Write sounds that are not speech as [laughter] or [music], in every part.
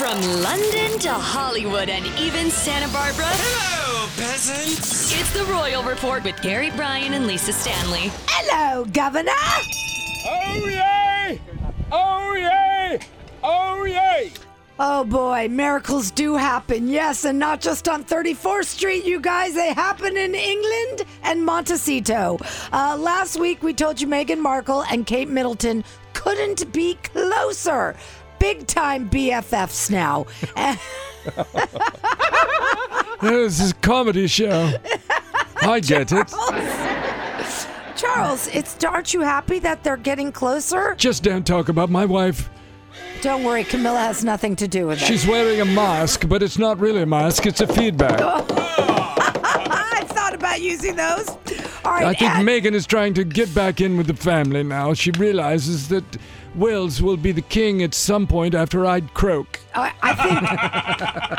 From London to Hollywood and even Santa Barbara, Hello, peasants! it's the Royal Report with Gary Bryan and Lisa Stanley. Hello, Governor. Oh yay! Oh yay! Oh yay! Oh boy, miracles do happen. Yes, and not just on 34th Street, you guys. They happen in England and Montecito. Uh, last week, we told you Meghan Markle and Kate Middleton couldn't be closer. Big time BFFs now. [laughs] And- This is a comedy show. I get it. Charles, it's aren't you happy that they're getting closer? Just don't talk about my wife. Don't worry, Camilla has nothing to do with it. [laughs] She's wearing a mask, but it's not really a mask, it's a Oh, feedback. I've thought about using those. All right, I think and- Megan is trying to get back in with the family now. She realizes that Wills will be the king at some point after I'd croak. I I think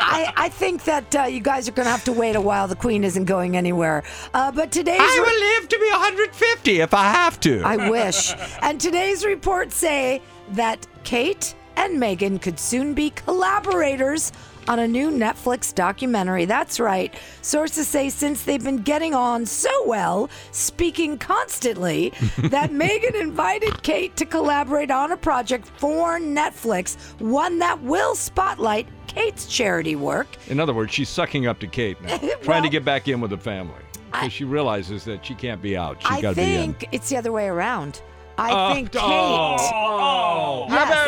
I, I think that uh, you guys are going to have to wait a while. The Queen isn't going anywhere. Uh, but today's re- will live to be 150 if I have to. I wish. And today's reports say that Kate and Megan could soon be collaborators on a new Netflix documentary. That's right. Sources say since they've been getting on so well, speaking constantly, that Megan invited Kate to collaborate on a project for Netflix, one that will spotlight Kate's charity work. In other words, she's sucking up to Kate [laughs] now, trying to get back in with the family. Because she realizes that she can't be out. She's I um, got to be in. think it's the other way around. I think Kate. Oh, Yes. how Uh, about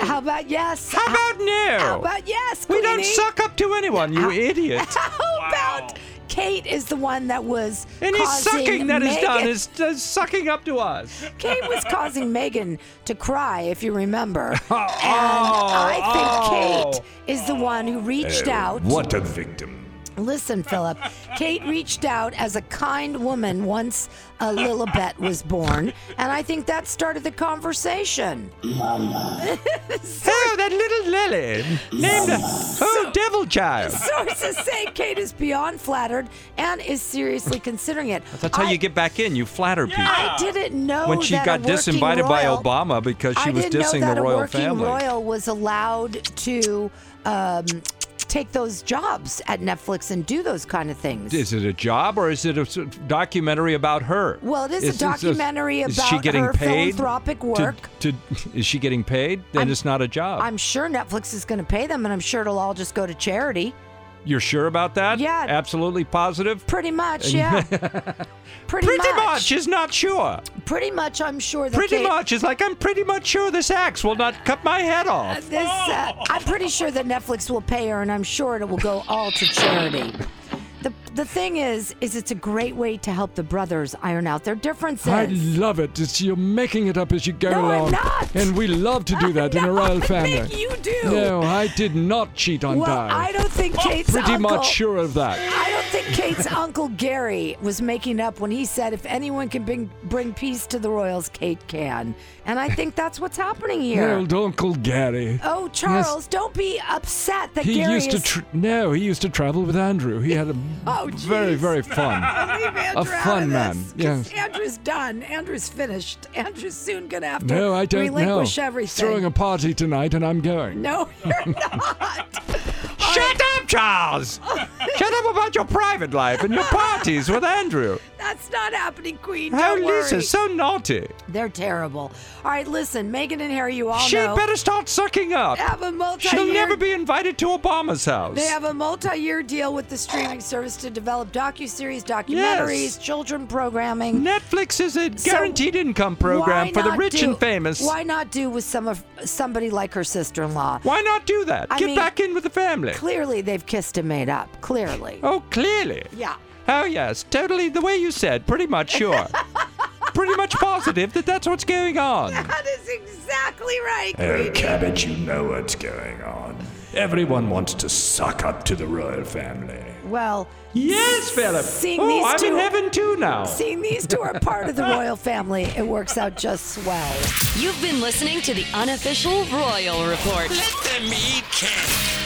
no? How about yes? How about no? How about Uh, yes? Oh. we don't Queenie? suck up to anyone, you idiot. [laughs] How about Kate is the one that was Any causing sucking that is done Meghan- is, is sucking up to us. [laughs] Kate was causing Megan to cry, if you remember. [laughs] Oh, and I think Kate is the one who reached out. What a victim. Listen, Philip. Kate reached out as a kind woman once a Lilibet was born, and I think that started [laughs] the conversation. Oh, that little Lily named her. Oh, devil child. Sources say Kate is beyond flattered and is seriously considering it. That's how I- you get back in. You flatter people. I didn't know Ah. When she that a got working disinvited by royal- Obama because she I was didn't dissing know that the royal a working family. royal was allowed to um, take those jobs at Netflix and do those kind of things. Is it a job or is it a s- documentary about her? Well, it is a Is- is- documentary is she about getting her paid philanthropic to- work. To, is she getting paid? Then it's not a job. I'm sure Netflix is going to pay them, and I'm sure it'll all just go to charity. You're sure about that? Yeah. Absolutely positive? Pretty [laughs] much, yeah. pretty, Pretty much is not sure. Pretty much, I'm sure that Pretty Kate- much is like, I'm pretty much sure this axe will not cut my head off. This, uh, Oh. I'm pretty sure that Netflix will pay her, and I'm sure it will go all to charity. The, the thing is, is it's a great way to help the brothers iron out their differences. I love it. It's you're making it up as you go No, I'm along. not. And we love to do that in a [laughs] No, royal I family. think you do. No, I did not cheat on well, Di. I don't think Kate's Pretty uncle. much sure of that. I don't think Kate's uncle Gary was making up when he said, "If anyone can bring bring peace to the royals, Kate can." And I think that's what's happening here. Old Uncle Gary. Oh, Charles, don't be upset that he Gary used to is tr- no. He used to travel with Andrew. He had a Oh, very jeez. very [laughs] fun. leave A Andrew out fun of man, this, yes. 'cause Andrew's done. Andrew's finished. Andrew's soon gonna have to No, I don't know. relinquish He's everything. Throwing a party tonight, and I'm going. no, [laughs] you're not. [laughs] Shut up, Charles! Shut up about your private life and your parties with Andrew. That's not happening, Queen. How [laughs] Don't Lisa's worry. so naughty. They're terrible. All right, listen, Megan and Harry, you all she know better start sucking up. Oh, have a multi. She'll never be invited to Obama's house. They have a multi-year deal with the streaming service to develop docu-series, documentaries, children programming. Netflix is a So guaranteed income program why for the not rich do- and famous. Why not do with some of somebody like her sister-in-law? Why not do that? I Get mean- back in with the family. Clearly, they've kissed and made up. Clearly. oh, clearly. Yeah. Oh, yes. Totally the way you said. Pretty much sure. [laughs] pretty much positive that that's what's going on. That is exactly right, Oh, Queenie. Cabbage, you know what's going on. Everyone wants to suck up to the royal family. Well, Yes, Philip. Seeing oh, these I'm two- in heaven too now. seeing these two are part of [laughs] the royal family, it works out just swell. You've been listening to the unofficial Royal Report. Let them eat cake.